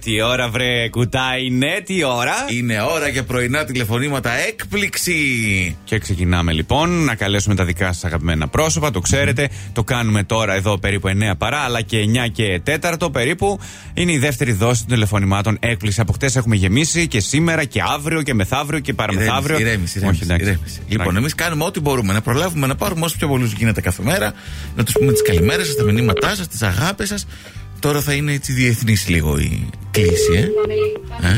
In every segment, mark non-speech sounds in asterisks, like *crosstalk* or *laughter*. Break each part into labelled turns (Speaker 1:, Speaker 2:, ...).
Speaker 1: Τι ώρα, βρε, κουτά είναι, τι ώρα.
Speaker 2: Είναι ώρα για πρωινά τηλεφωνήματα έκπληξη.
Speaker 1: Και ξεκινάμε λοιπόν να καλέσουμε τα δικά σας αγαπημένα πρόσωπα. Το ξέρετε, το κάνουμε τώρα εδώ περίπου 9 παρά, αλλά και 9 και 4 περίπου. Είναι η δεύτερη δόση των τηλεφωνημάτων έκπληξη. Από χτες έχουμε γεμίσει και σήμερα και αύριο και μεθαύριο και παραμεθαύριο.
Speaker 2: Ηρέμηση,
Speaker 1: Όχι,
Speaker 2: ηρέμηση.
Speaker 1: εντάξει.
Speaker 2: ηρέμηση. Λοιπόν, εμείς κάνουμε ό,τι μπορούμε. Να προλάβουμε να πάρουμε όσο πιο πολλούς γίνεται κάθε μέρα. Να τους πούμε τις καλημέρες σας, τα μηνύματά σας, τις αγάπες σας. Τώρα θα είναι έτσι διεθνής λίγο η κλίση, ε.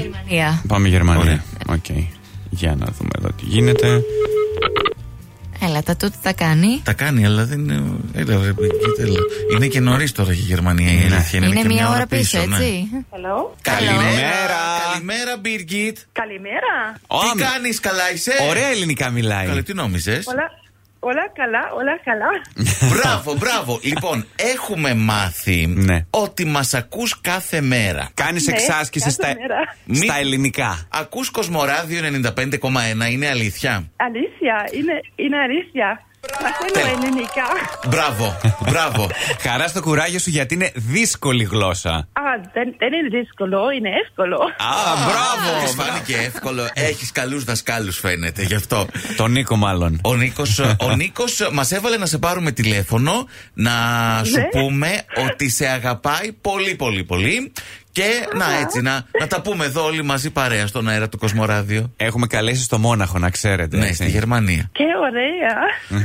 Speaker 3: Γερμανία.
Speaker 1: Πάμε Γερμανία.
Speaker 2: Ωραία.
Speaker 1: Οκ. Για να δούμε εδώ τι γίνεται.
Speaker 3: Έλα, τα τούτη τα κάνει.
Speaker 2: Τα κάνει, αλλά δεν είναι. Έλα, ρε, κοίτα, έλα. Είναι και νωρίς τώρα για Γερμανία
Speaker 1: Ναι.
Speaker 2: η αλήθεια.
Speaker 3: Είναι,
Speaker 2: και
Speaker 3: μία ώρα πίσω,
Speaker 2: ναι.
Speaker 3: έτσι.
Speaker 4: Hello.
Speaker 2: Καλημέρα!
Speaker 1: Καλημέρα.
Speaker 2: Καλημέρα, Μπίργκιτ!
Speaker 4: Καλημέρα.
Speaker 1: Ω,
Speaker 2: Τι
Speaker 1: με-
Speaker 2: κάνεις, καλά είσαι!
Speaker 1: Ωραία ελληνικά μιλάει.
Speaker 2: Ε. Καλή, τι νόμιζες.
Speaker 4: Όλα, όλα καλά, όλα καλά.
Speaker 2: μπράβο, μπράβο. λοιπόν, έχουμε μάθει
Speaker 1: Ναι.
Speaker 2: ότι μας ακούς κάθε μέρα.
Speaker 1: Κάνεις
Speaker 4: Ναι,
Speaker 1: εξάσκηση
Speaker 4: κάθε
Speaker 1: στα,
Speaker 4: μέρα.
Speaker 1: στα
Speaker 2: Μη-
Speaker 1: ελληνικά.
Speaker 2: Ακούς Κοσμοράδιο 95,1, είναι αλήθεια.
Speaker 4: Αλήθεια, είναι, είναι αλήθεια. Μαθαίνω
Speaker 2: Τέλεια.
Speaker 4: ελληνικά.
Speaker 2: Μπράβο, μπράβο.
Speaker 1: Χαρά στο κουράγιο σου γιατί είναι δύσκολη γλώσσα.
Speaker 4: Α, δεν, δεν είναι δύσκολο, είναι εύκολο.
Speaker 1: Α,
Speaker 2: Της
Speaker 1: μπράβο!
Speaker 2: φάνηκε εύκολο. Έχεις καλούς δασκάλους, φαίνεται γι' αυτό.
Speaker 1: Τον Νίκο, μάλλον.
Speaker 2: Ο Νίκος, ο Νίκος μας έβαλε να σε πάρουμε τηλέφωνο να σου
Speaker 4: Ναι.
Speaker 2: πούμε ότι σε αγαπάει πολύ πολύ πολύ και να έτσι να, να τα πούμε εδώ όλοι μαζί παρέα στον αέρα του Κοσμοράδιο.
Speaker 1: Έχουμε καλέσει στο Μόναχο, να ξέρετε.
Speaker 2: Ναι,
Speaker 1: έτσι.
Speaker 2: στη Γερμανία.
Speaker 4: Και ωραία.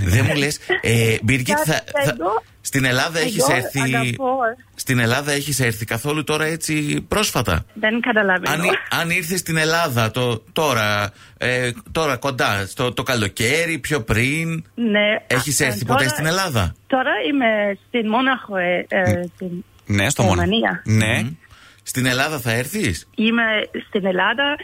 Speaker 2: Δεν μου λες, ε, Μπίργκιτ, θα,
Speaker 4: Κάτσε
Speaker 2: θα-
Speaker 4: εδώ.
Speaker 2: στην Ελλάδα έχεις
Speaker 4: Εγώ
Speaker 2: έρθει...
Speaker 4: αγαπώ.
Speaker 2: Στην Ελλάδα έχεις έρθει καθόλου τώρα έτσι πρόσφατα.
Speaker 4: Δεν καταλαβαίνω.
Speaker 2: Αν, ή- αν ήρθες στην Ελλάδα το, τώρα, ε, τώρα κοντά, στο, το καλοκαίρι, πιο πριν,
Speaker 4: Ναι.
Speaker 2: έχεις
Speaker 4: Α,
Speaker 2: έρθει
Speaker 4: τώρα-
Speaker 2: ποτέ στην Ελλάδα.
Speaker 4: Τώρα είμαι στην Μόναχο. Ε, ε, στην...
Speaker 1: Ναι, στο Μόναχο.
Speaker 4: Γερμανία.
Speaker 1: Ναι.
Speaker 2: Στην Ελλάδα θα έρθεις.
Speaker 4: Είμαι στην Ελλάδα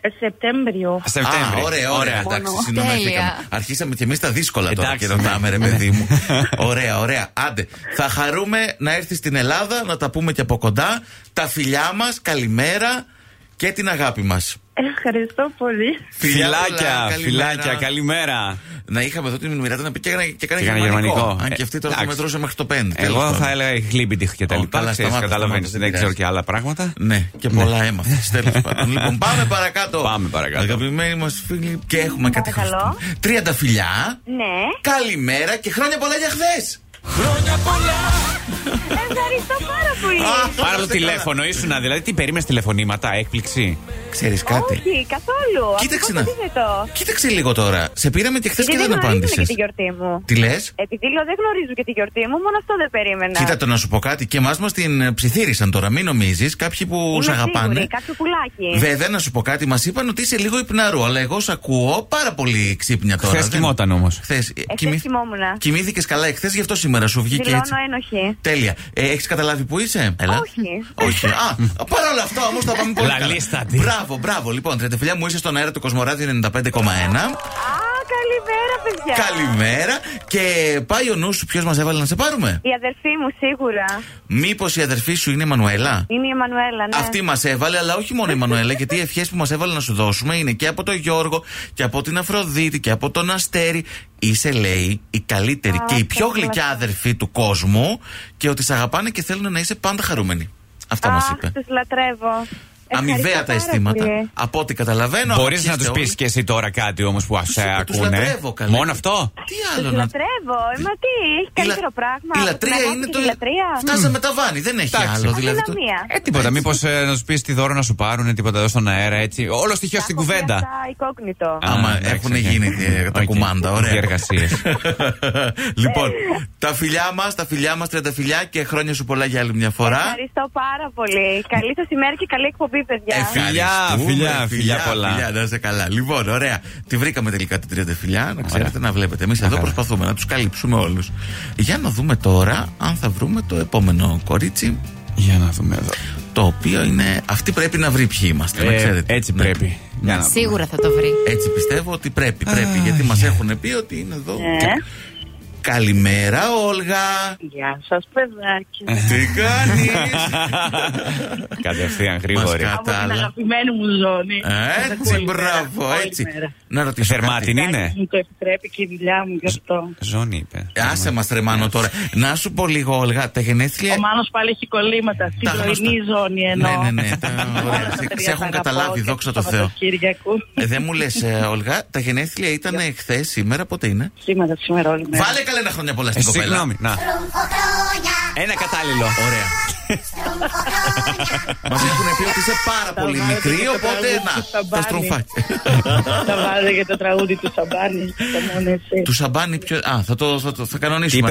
Speaker 4: ε, Σεπτέμβριο.
Speaker 1: Σεπτέμβριο.
Speaker 2: Α, ωραία, ωραία.
Speaker 4: Μόνο.
Speaker 2: Εντάξει, συνεννοηθήκαμε.
Speaker 3: Τέλεια.
Speaker 2: Αρχίσαμε και εμείς τα δύσκολα τώρα
Speaker 1: Εντάξει,
Speaker 2: και ρωτάμε,
Speaker 1: ναι.
Speaker 2: ρε παιδί μου. *laughs* ωραία, ωραία. Άντε. Θα χαρούμε να έρθεις στην Ελλάδα, να τα πούμε και από κοντά. Τα φιλιά μας, καλημέρα και την αγάπη μας.
Speaker 4: Ευχαριστώ πολύ.
Speaker 1: Φιλάκια, φιλάκια, καλημέρα.
Speaker 2: Να είχαμε εδώ την Μιράτα να πει και έκανε, και έκανε
Speaker 1: Και έκανε
Speaker 2: γερμανικό.
Speaker 1: γερμανικό.
Speaker 2: Αν και αυτή τώρα
Speaker 1: Ε,
Speaker 2: θα
Speaker 1: εντάξει.
Speaker 2: μετρούσε μέχρι το 5.
Speaker 1: Εγώ θα έλεγα η χλίμπιντιχ και τα
Speaker 2: Ω,
Speaker 1: λοιπά.
Speaker 2: καλά,
Speaker 1: Ξέρεις,
Speaker 2: σταμάτα,
Speaker 1: Καταλαβαίνεις,
Speaker 2: σταμάτα,
Speaker 1: δεν ξέρω
Speaker 2: δεν πειράζει.
Speaker 1: και άλλα πράγματα.
Speaker 2: Ναι, και πολλά έμαθες. Τέλος πάντων. Λοιπόν, πάμε παρακάτω.
Speaker 1: Πάμε παρακάτω.
Speaker 2: Αγαπημένοι μας φίλοι, και έχουμε κάτι
Speaker 5: Παρακαλώ.
Speaker 2: χωρίς- Τρίαντα φιλιά.
Speaker 5: Ναι.
Speaker 2: Καλημέρα και χρόνια πολλά για χθες.
Speaker 5: Ευχαριστώ πάρα πολύ.
Speaker 1: Πάρα
Speaker 2: *laughs*
Speaker 1: από το τηλέφωνο ήσουν, δηλαδή τι περίμενες τηλεφωνήματα, έκπληξη.
Speaker 2: Ξέρεις κάτι.
Speaker 5: Όχι, καθόλου.
Speaker 2: Κοίταξε να.
Speaker 5: Αυτό το αντίθετο.
Speaker 2: Κοίταξε λίγο τώρα. Σε πήραμε και χθες και
Speaker 5: Γιατί
Speaker 2: δεν
Speaker 5: δεν γνωρίζουν
Speaker 2: απάντησε.
Speaker 5: και τη Ε, γιορτή μου.
Speaker 2: Τι λες.
Speaker 5: Επειδή λέω δεν γνωρίζουν και τη γιορτή μου, μόνο αυτό δεν περίμενα.
Speaker 2: Κοίτα το να σου πω κάτι. Και εμάς μας την ε, ψιθύρισαν τώρα. Μην νομίζεις. Κάποιοι που
Speaker 5: Είμαι
Speaker 2: σε αγαπάνε.
Speaker 5: σίγουρη, κάποιο πουλάκι.
Speaker 2: Βέβαια να σου πω κάτι. Μας είπαν ότι είσαι λίγο υπναρού. Αλλά εγώ σε ακούω πάρα πολύ ξύπνια τώρα.
Speaker 1: Χθες κοιμόταν όμως.
Speaker 2: Χθες
Speaker 5: Εχθές κοιμόμουν.
Speaker 2: Κοιμήθηκες καλά εχθέ, γι' αυτό σήμερα σου βγήκε
Speaker 5: Δηλώνω
Speaker 2: έτσι.
Speaker 5: ένοχη.
Speaker 2: Τέλεια. Ε, Έχεις καταλάβει που είσαι, Ελά.
Speaker 5: Όχι.
Speaker 2: Όχι. Α, παρά όλα αυτά όμως θα πάμε πολύ. καλά.
Speaker 1: Λαλίστατη.
Speaker 2: Μπράβο, μπράβο. Λοιπόν, τρετεφιλιά μου είσαι στον αέρα του Κοσμοράδιο 95,1.
Speaker 5: Α, καλημέρα, παιδιά.
Speaker 2: Καλημέρα. Και πάει ο νους σου, ποιος μας έβαλε να σε πάρουμε.
Speaker 5: Η αδερφή μου σίγουρα
Speaker 2: Μήπως η αδερφή σου είναι η Μανουέλα.
Speaker 5: είναι η Εμμανουέλα, ναι.
Speaker 2: Αυτή μας έβαλε, αλλά όχι μόνο η Μανουέλα, γιατί οι ευχές που μας έβαλε να σου δώσουμε είναι και από τον Γιώργο και από την Αφροδίτη και από τον Αστέρη. Είσαι, λέει, η καλύτερη
Speaker 5: Α,
Speaker 2: και η πιο
Speaker 5: καλά.
Speaker 2: γλυκιά αδερφή του κόσμου και ότι σε αγαπάνε και θέλουν να είσαι πάντα χαρούμενη. Αυτά μα
Speaker 5: Αχ,
Speaker 2: είπε.
Speaker 5: τους λατρεύω.
Speaker 2: Αμοιβαία
Speaker 5: Ευχαριστώ
Speaker 2: τα
Speaker 5: πάρα
Speaker 2: αισθήματα.
Speaker 5: πολύ.
Speaker 2: Από ό,τι καταλαβαίνω.
Speaker 1: Μπορείς
Speaker 2: αρχίστε
Speaker 1: να του
Speaker 2: όλοι.
Speaker 1: πει και εσύ τώρα κάτι όμως που ας
Speaker 2: Τους
Speaker 1: σε
Speaker 2: είπα, τους
Speaker 1: ακούνε.
Speaker 2: λατρεύω, καλέ.
Speaker 1: Μόνο αυτό.
Speaker 2: Τι άλλο
Speaker 5: Τους
Speaker 2: να.
Speaker 5: λατρεύω. Ε, μα τι, έχει
Speaker 2: Η λα-
Speaker 5: καλύτερο πράγμα.
Speaker 2: Η
Speaker 5: από την
Speaker 2: λατρεία
Speaker 5: αγάπη
Speaker 2: είναι
Speaker 5: και
Speaker 2: το.
Speaker 5: τη λατρεία.
Speaker 2: Φτάσαμε τα βάνη, δεν έχει
Speaker 1: Εντάξει.
Speaker 2: άλλο. Δηλαδή, το-
Speaker 5: Αδυναμία.
Speaker 1: Ε, τίποτα. Μήπω να τους πεις τι δώρο να σου πάρουν, τίποτα εδώ στον αέρα, έτσι. Όλο στοιχείο στην
Speaker 5: Τα έχω πει
Speaker 1: κουβέντα.
Speaker 5: αυτά Οικόγνητο.
Speaker 1: Α,
Speaker 2: Άμα
Speaker 1: εντάξει,
Speaker 2: έχουν
Speaker 1: οκ.
Speaker 2: γίνει ε, τα
Speaker 1: Οκ.
Speaker 2: κουμάντα, ωραία.
Speaker 1: Διεργασίες.
Speaker 2: *laughs* λοιπόν, τα φιλιά μας, τα φιλιά μας, φιλιά και χρόνια σου πολλά για άλλη μια φορά.
Speaker 5: Ευχαριστώ πάρα πολύ. Καλή σας ημέρα και καλή εκπομπή, παιδιά.
Speaker 1: Ευχαριστώ. Φιλιά,
Speaker 2: Ε, Ευχαριστούμε,
Speaker 1: φιλιά, φιλιά πολλά.
Speaker 2: Φιλιά, να είσαι καλά. Λοιπόν, ωραία. Τη βρήκαμε τελικά την τρίτη φιλιά, να ξέρετε
Speaker 1: Ωραία.
Speaker 2: να βλέπετε. Εμείς εδώ
Speaker 1: χαρά.
Speaker 2: προσπαθούμε να τους καλύψουμε όλους. Για να δούμε τώρα αν θα βρούμε το επόμενο κορίτσι.
Speaker 1: Για να δούμε εδώ.
Speaker 2: Το οποίο είναι. Αυτή πρέπει να βρει ποιοι είμαστε, να
Speaker 1: Ε,
Speaker 2: ξέρετε.
Speaker 1: έτσι
Speaker 2: Ναι.
Speaker 1: πρέπει. Για να
Speaker 3: Σίγουρα θα το βρει.
Speaker 1: ναι.
Speaker 4: Ναι.
Speaker 2: Έτσι πιστεύω ότι πρέπει, πρέπει. γιατί μας έχουν πει ότι είναι εδώ.
Speaker 5: Ε,
Speaker 2: Καλημέρα, Όλγα.
Speaker 4: Γεια σας παιδάκια.
Speaker 2: Τι κάνεις.
Speaker 1: Κατευθείαν γρήγορη.
Speaker 2: Μας κα-
Speaker 4: Από την
Speaker 2: κατάλα.
Speaker 4: αγαπημένη μου ζώνη.
Speaker 2: Ε, Έτσι, μπράβο,
Speaker 4: Όλη
Speaker 2: έτσι.
Speaker 4: μέρα.
Speaker 2: Να ρωτήσω.
Speaker 1: Θερμά
Speaker 2: κάτι.
Speaker 1: την είναι. Ε,
Speaker 4: Μου το επιτρέπει και η δουλειά μου γι' αυτό.
Speaker 1: Ζώνη είπε.
Speaker 2: Ε, Άσε μας τρεμάνω τώρα. Να σου πω λίγο, Όλγα, τα γενέθλια.
Speaker 4: Ο Μάνος πάλι έχει κολλήματα. Στην
Speaker 2: Ε, Τα
Speaker 4: πρωινή
Speaker 2: γνωστά.
Speaker 4: ζώνη εννοώ.
Speaker 2: Ναι, ναι, ναι.
Speaker 4: *laughs*
Speaker 2: τα- ωραία.
Speaker 4: Όλα τα
Speaker 2: Σε- Σε
Speaker 4: παιδιά τα
Speaker 2: έχουν
Speaker 4: αγαπάω
Speaker 2: καταλάβει,
Speaker 4: και
Speaker 2: δόξα τω
Speaker 4: το
Speaker 2: Θεώ.
Speaker 4: Σαββατοκύριακο.
Speaker 2: Ε, Δεν μου λες, Όλγα, τα γενέθλια ήταν εχθέ, σήμερα πότε είναι.
Speaker 4: Σήμερα, σήμερα όλη μέρα.
Speaker 2: Βάλε καλένα χρόνια πολλά
Speaker 1: Ε,
Speaker 2: στην κοπέλα.
Speaker 1: συγγνώμη. Να. Ένα κατάλληλο.
Speaker 2: Ωραία. Μας έχουν πει ότι είσαι πάρα
Speaker 4: Τα
Speaker 2: πολύ
Speaker 4: βάζω και
Speaker 2: μικρή,
Speaker 4: το
Speaker 2: οπότε
Speaker 4: τραγούδι του
Speaker 2: να. Τα
Speaker 4: Σαμπάνη.
Speaker 2: στροφάκια.
Speaker 4: *laughs* Τα βάζω για το τραγούδι του Σαμπάνη. Το μόνο εσύ.
Speaker 2: Του σαμπάνι πιο. Α, θα το, θα το θα κανονίσουμε.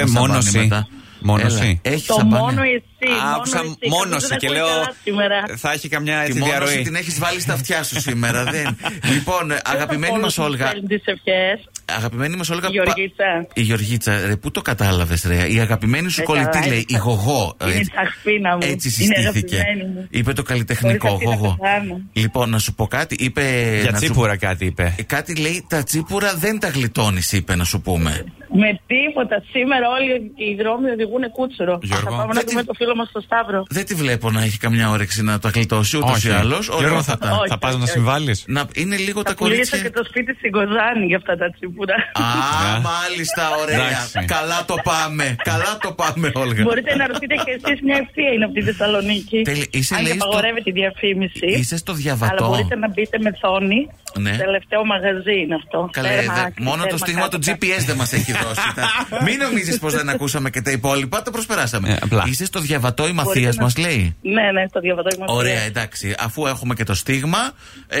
Speaker 1: Είπε
Speaker 2: ένα σαμπάνι
Speaker 1: μόνο εσύ.
Speaker 2: μετά.
Speaker 1: Μόνος
Speaker 2: Έλα,
Speaker 1: εσύ.
Speaker 2: Έχει
Speaker 4: Το
Speaker 2: σαμπάνι. Ε,
Speaker 4: μόνο εσύ.
Speaker 1: Άκουσα
Speaker 4: μόνο εσύ.
Speaker 1: μόνο
Speaker 4: Κάποιος
Speaker 1: σου
Speaker 4: δεν
Speaker 1: και
Speaker 4: ακούει
Speaker 1: λέω.
Speaker 4: καλά Σήμερα.
Speaker 1: Θα έχει καμιά
Speaker 2: Τη
Speaker 1: έτσι
Speaker 2: μόνος
Speaker 1: διαρροή.
Speaker 2: την έχεις βάλει στα αυτιά σου σήμερα. δεν. Λοιπόν, ε, αγαπημένη
Speaker 4: Όλος
Speaker 2: μα
Speaker 4: μας
Speaker 2: Όλγα.
Speaker 4: Παίρνει τις ευχές.
Speaker 2: Αγαπημένη μας Όλγα.
Speaker 4: Η Γεωργίτσα.
Speaker 2: πα- Η Γεωργίτσα, ρε, πού το κατάλαβες, ρε. Η αγαπημένη σου
Speaker 4: Ε,
Speaker 2: κολλητή
Speaker 4: καλά,
Speaker 2: λέει, η
Speaker 4: έτσι.
Speaker 2: γογό. ε,
Speaker 4: Είναι
Speaker 2: έτσι.
Speaker 4: τσαχπίνα μου.
Speaker 2: Έτσι
Speaker 4: Είναι
Speaker 2: συστήθηκε.
Speaker 4: αγαπημένη μου.
Speaker 2: Είπε το καλλιτεχνικό
Speaker 4: Χωρίς αυτή να
Speaker 2: γογό.
Speaker 4: πεθάνω.
Speaker 2: Λοιπόν, να σου πω κάτι. Είπε.
Speaker 1: Για
Speaker 2: να σου-
Speaker 1: τσίπουρα κάτι είπε.
Speaker 2: Ε, Κάτι λέει, τα τσίπουρα δεν τα γλιτώνεις, είπε να σου πούμε.
Speaker 4: Με τίποτα. Σήμερα όλοι οι δρόμοι οδηγούν κούτσουρο.
Speaker 1: Γιώργο,
Speaker 4: θα πάμε να
Speaker 2: δεν
Speaker 4: δούμε
Speaker 2: τη-
Speaker 4: το φίλο μας στο Σταύρο.
Speaker 2: Δεν τη βλέπω να έχει καμιά όρεξη να τα γλιτώσει ούτως ή άλλω.
Speaker 1: Γιώργο, θα,
Speaker 2: τα.
Speaker 4: Όχι,
Speaker 1: θα πας
Speaker 4: όχι,
Speaker 1: να
Speaker 4: όχι.
Speaker 1: συμβάλλεις.
Speaker 2: Να είναι λίγο τα
Speaker 4: Θα πουλήσω και
Speaker 2: κορίτσια.
Speaker 4: το σπίτι στην Κοζάνη για αυτά τα τσίπουρα.
Speaker 2: Α,
Speaker 1: Ναι.
Speaker 2: μάλιστα, ωραία.
Speaker 1: Εντάξει.
Speaker 2: Καλά το πάμε. Καλά το πάμε, Όλγα.
Speaker 4: *laughs* Μπορείτε να ρωτήσετε και εσείς μια ευθεία είναι από τη Θεσσαλονίκη.
Speaker 2: Τέλεια. Είσαι,
Speaker 4: Αν
Speaker 2: λέει,
Speaker 4: και
Speaker 2: στο-
Speaker 4: απαγορεύεται η διαφήμιση.
Speaker 2: Είσαι στο
Speaker 4: Αλλά
Speaker 2: διαβατό.
Speaker 4: μπορείτε να μπείτε με θόνη.
Speaker 2: Ναι.
Speaker 4: Τελευταίο μαγαζί είναι αυτό.
Speaker 2: Καλέ,
Speaker 4: Τέρμα
Speaker 2: δε-
Speaker 4: άκρη,
Speaker 2: μόνο το
Speaker 4: τέρμα
Speaker 2: στίγμα του
Speaker 4: κάτω, κάτω.
Speaker 2: GPS δεν μας έχει
Speaker 4: *laughs*
Speaker 2: δώσει. Τα- Μην νομίζεις πως δεν ακούσαμε και τα υπόλοιπα, τα προσπεράσαμε.
Speaker 1: Ε, απλά.
Speaker 2: Είσαι στο διαβατό η
Speaker 4: Μπορείτε
Speaker 2: Μαθία
Speaker 4: να-
Speaker 2: μας λέει.
Speaker 4: Ναι, ναι, στο διαβατό είμαστε.
Speaker 2: Ωραία, εντάξει. Αφού έχουμε και το στίγμα,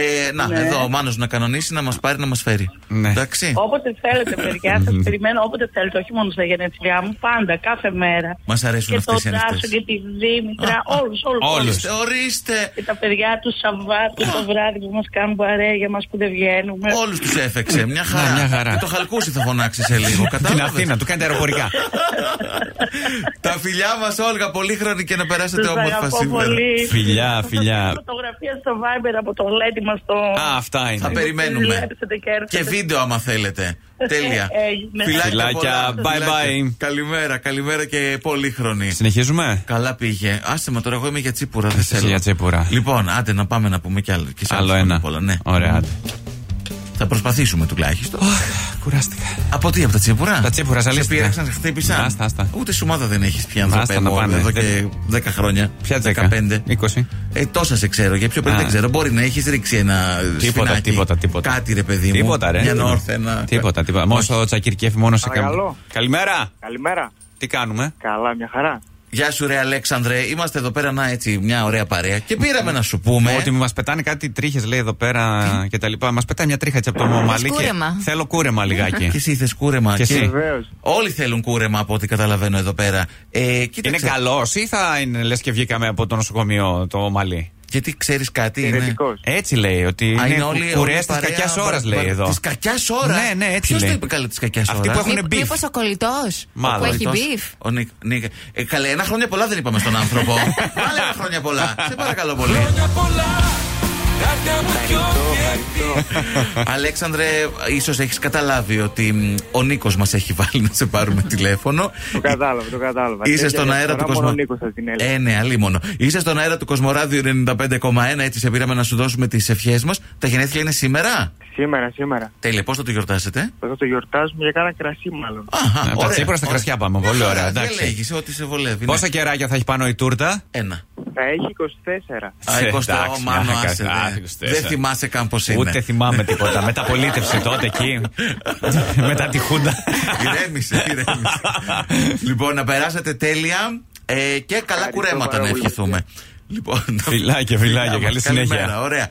Speaker 2: ε, να,
Speaker 4: Ναι.
Speaker 2: εδώ ο Μάνος να κανονίσει να μας πάρει να μας φέρει.
Speaker 1: Ναι.
Speaker 2: Εντάξει.
Speaker 4: Όποτε
Speaker 2: *laughs*
Speaker 4: θέλετε, παιδιά, σας περιμένω όποτε θέλετε, όχι μόνο στα γενέθλιά μου, πάντα, κάθε μέρα.
Speaker 2: Μας αρέσουν
Speaker 4: και
Speaker 2: αυτές οι
Speaker 4: τον Τάσο
Speaker 2: ανοιχτές.
Speaker 4: και τη Δήμητρα,
Speaker 2: Α, α,
Speaker 4: όλους, όλους.
Speaker 1: όλους.
Speaker 2: Ορίστε, ορίστε.
Speaker 4: Και τα παιδιά του Σαββάτου το βράδυ που μας κάνουν παρέα για μας που δεν βγαίνουμε.
Speaker 2: Όλους τους έφεξε. Μια χαρά.
Speaker 1: Να, Ναι, μια χαρά.
Speaker 2: Και το χαλκούσι θα φωνάξεις σε λίγο.
Speaker 1: Την
Speaker 2: κατάλαβες?
Speaker 1: Αθήνα, του κάνετε
Speaker 4: *laughs*
Speaker 1: αεροπορικά.
Speaker 2: Τα φιλιά μας Όλγα, πολύχρονη και να περάσετε
Speaker 4: Τους
Speaker 2: όμορφα
Speaker 4: αγαπώ
Speaker 2: σήμερα.
Speaker 4: πολύ.
Speaker 1: Φιλιά,
Speaker 4: Σας
Speaker 1: φιλιά.
Speaker 4: στείλω Φωτογραφία στο Viber από το LED μας το.
Speaker 1: Α, αυτά
Speaker 2: Θα
Speaker 1: είναι.
Speaker 2: περιμένουμε.
Speaker 4: Δουλέψετε και έρθετε.
Speaker 2: Και βίντεο άμα θέλετε. Τέλεια.
Speaker 4: Έγινε.
Speaker 1: Φιλάκια,
Speaker 2: πολλά.
Speaker 1: bye
Speaker 2: Φιλάκια.
Speaker 1: bye.
Speaker 2: Καλημέρα, καλημέρα και πολύχρονη.
Speaker 1: Συνεχίζουμε.
Speaker 2: Καλά πήγε. Άσε με τώρα, εγώ είμαι για τσίπουρα. Δεν
Speaker 1: Εσύ
Speaker 2: θέλω.
Speaker 1: για τσίπουρα.
Speaker 2: Λοιπόν, άντε να πάμε να πούμε κι άλλο. Και σε
Speaker 1: Άλλο
Speaker 2: άλλους
Speaker 1: ένα.
Speaker 2: Πολλά, ναι.
Speaker 1: Ωραία, άντε.
Speaker 2: Θα προσπαθήσουμε τουλάχιστον.
Speaker 1: Κουράστηκα.
Speaker 2: από τι, από τα τσίπουρα.
Speaker 1: Τα τσίπουρα,
Speaker 2: Σε
Speaker 1: ζαλίστηκα.
Speaker 2: πήραξαν, σε χτύπησαν.
Speaker 1: Άστα, άστα.
Speaker 2: Ούτε σουμάδα δεν έχεις πια, αν θα
Speaker 1: Άστα να
Speaker 2: παίρνω,
Speaker 1: πάνε.
Speaker 2: Εδώ
Speaker 1: Δεν-
Speaker 2: και 10 χρόνια.
Speaker 1: Ποια
Speaker 2: 15.
Speaker 1: 10, 20.
Speaker 2: Ε, τόσα σε ξέρω. Για πιο πριν
Speaker 1: Α.
Speaker 2: δεν ξέρω. Μπορεί να έχεις ρίξει ένα.
Speaker 1: Τίποτα,
Speaker 2: σφινάκι.
Speaker 1: τίποτα, τίποτα.
Speaker 2: Κάτι ρε, παιδί μου.
Speaker 1: Τίποτα, ρε.
Speaker 2: Μια νόρθε, ένα.
Speaker 1: Τίποτα, τίποτα. Μόνο στο τσακυρκέφι, μόνο σε καμία.
Speaker 6: Παρακαλώ.
Speaker 1: Καλημέρα.
Speaker 6: Καλημέρα.
Speaker 1: Τι κάνουμε.
Speaker 6: Καλά, μια χαρά.
Speaker 2: Γεια σου, ρε Αλέξανδρε. Είμαστε εδώ πέρα, να έτσι, μια ωραία παρέα. Και πήραμε να σου πούμε.
Speaker 1: Ότι μας πετάνε κάτι τρίχες, λέει εδώ πέρα και τα λοιπά. Μας πετάει μια τρίχα έτσι από το μομαλί. και
Speaker 3: κούρεμα.
Speaker 1: Θέλω κούρεμα λιγάκι.
Speaker 2: Και εσύ θες κούρεμα.
Speaker 1: Και εσύ.
Speaker 6: Βεβαίως.
Speaker 2: Όλοι θέλουν κούρεμα από ό,τι καταλαβαίνω εδώ πέρα. Ε, κοίταξε,
Speaker 1: Είναι καλό ή θα είναι λες και βγήκαμε από το νοσοκομείο το ομαλί.
Speaker 2: Γιατί ξέρεις κάτι. Είναι...
Speaker 6: Θετικό.
Speaker 1: Έτσι λέει, ότι
Speaker 2: Α,
Speaker 1: είναι,
Speaker 2: είναι
Speaker 1: είναι
Speaker 2: όλοι-
Speaker 1: κουρέ
Speaker 2: όλη
Speaker 1: της
Speaker 2: παρέα,
Speaker 1: κακιάς
Speaker 2: μπα-
Speaker 1: ώρας,
Speaker 2: μπα-
Speaker 1: λέει εδώ.
Speaker 2: Της κακιάς ώρας?
Speaker 1: Ναι, ναι, έτσι
Speaker 2: Ποιος
Speaker 1: λέει.
Speaker 2: το είπε καλά της κακιάς
Speaker 1: Αυτοί που
Speaker 2: ώρας?
Speaker 1: έχουν
Speaker 3: Μή-
Speaker 1: beef.
Speaker 3: μήπως ο κολλητός
Speaker 1: Μάλλον.
Speaker 3: που έχει
Speaker 2: Αυτός-
Speaker 3: μπιφ.
Speaker 2: ο Νικ- Νικ- Ε, καλέ, ένα χρόνια πολλά δεν είπαμε στον
Speaker 3: *laughs*
Speaker 2: άνθρωπο. Άλλα ένα χρόνια πολλά. Σε παρακαλώ πολύ. Αλέξανδρε, ίσως έχεις καταλάβει ότι μ, ο Νίκος μας έχει βάλει να σε πάρουμε τηλέφωνο.
Speaker 6: Το κατάλαβα, το κατάλαβα. Ε,
Speaker 2: Είσαι στον αέρα του Κοσμο...
Speaker 6: Κοσμοράδου.
Speaker 2: Ε, ναι, αλίμονο. Είσαι στον αέρα του Κοσμοράδιου 95,1. Έτσι σε πήραμε να σου δώσουμε τις ευχές μας. Τα γενέθλια είναι σήμερα.
Speaker 6: Σήμερα, σήμερα.
Speaker 2: Τέλεια, πώς θα το γιορτάσετε.
Speaker 6: Θα το γιορτάζουμε για κάνα κρασί, μάλλον.
Speaker 2: Αχα,
Speaker 1: Από Ναι, τα
Speaker 2: ωραία.
Speaker 1: τσίπουρα στα
Speaker 2: Ωραία.
Speaker 1: κρασιά πάμε. Πολύ
Speaker 2: Μια
Speaker 1: ωραία,
Speaker 2: χαρά,
Speaker 1: εντάξει.
Speaker 2: διαλέγεις ό,τι σε βολεύει. ναι.
Speaker 1: Πόσα κεράκια θα έχει πάνω η τούρτα.
Speaker 2: Ένα.
Speaker 6: Θα έχει 24.
Speaker 2: Α,
Speaker 1: Ε,
Speaker 2: 20,
Speaker 1: εντάξει,
Speaker 2: ο, μάνο,
Speaker 1: μια
Speaker 2: άσε,
Speaker 1: κακά,
Speaker 2: δε.
Speaker 1: 24.
Speaker 2: ναι. Δεν θυμάσαι καν πώς είναι.
Speaker 1: Ούτε θυμάμαι τίποτα. Μεταπολίτευση τότε
Speaker 2: *laughs*
Speaker 1: εκεί. Μετά τη Χούντα.
Speaker 2: Ηρέμησε, ηρέμησε. λοιπόν, να περάσετε τέλεια ε, και καλά
Speaker 6: Ευχαριστώ
Speaker 2: κουρέματα
Speaker 6: πάρα
Speaker 2: να
Speaker 6: πολύ.
Speaker 2: ευχηθούμε. Λοιπόν,
Speaker 1: Φιλάκια, φιλάκια, καλή συνέχεια.
Speaker 2: Καλημέρα, ωραία.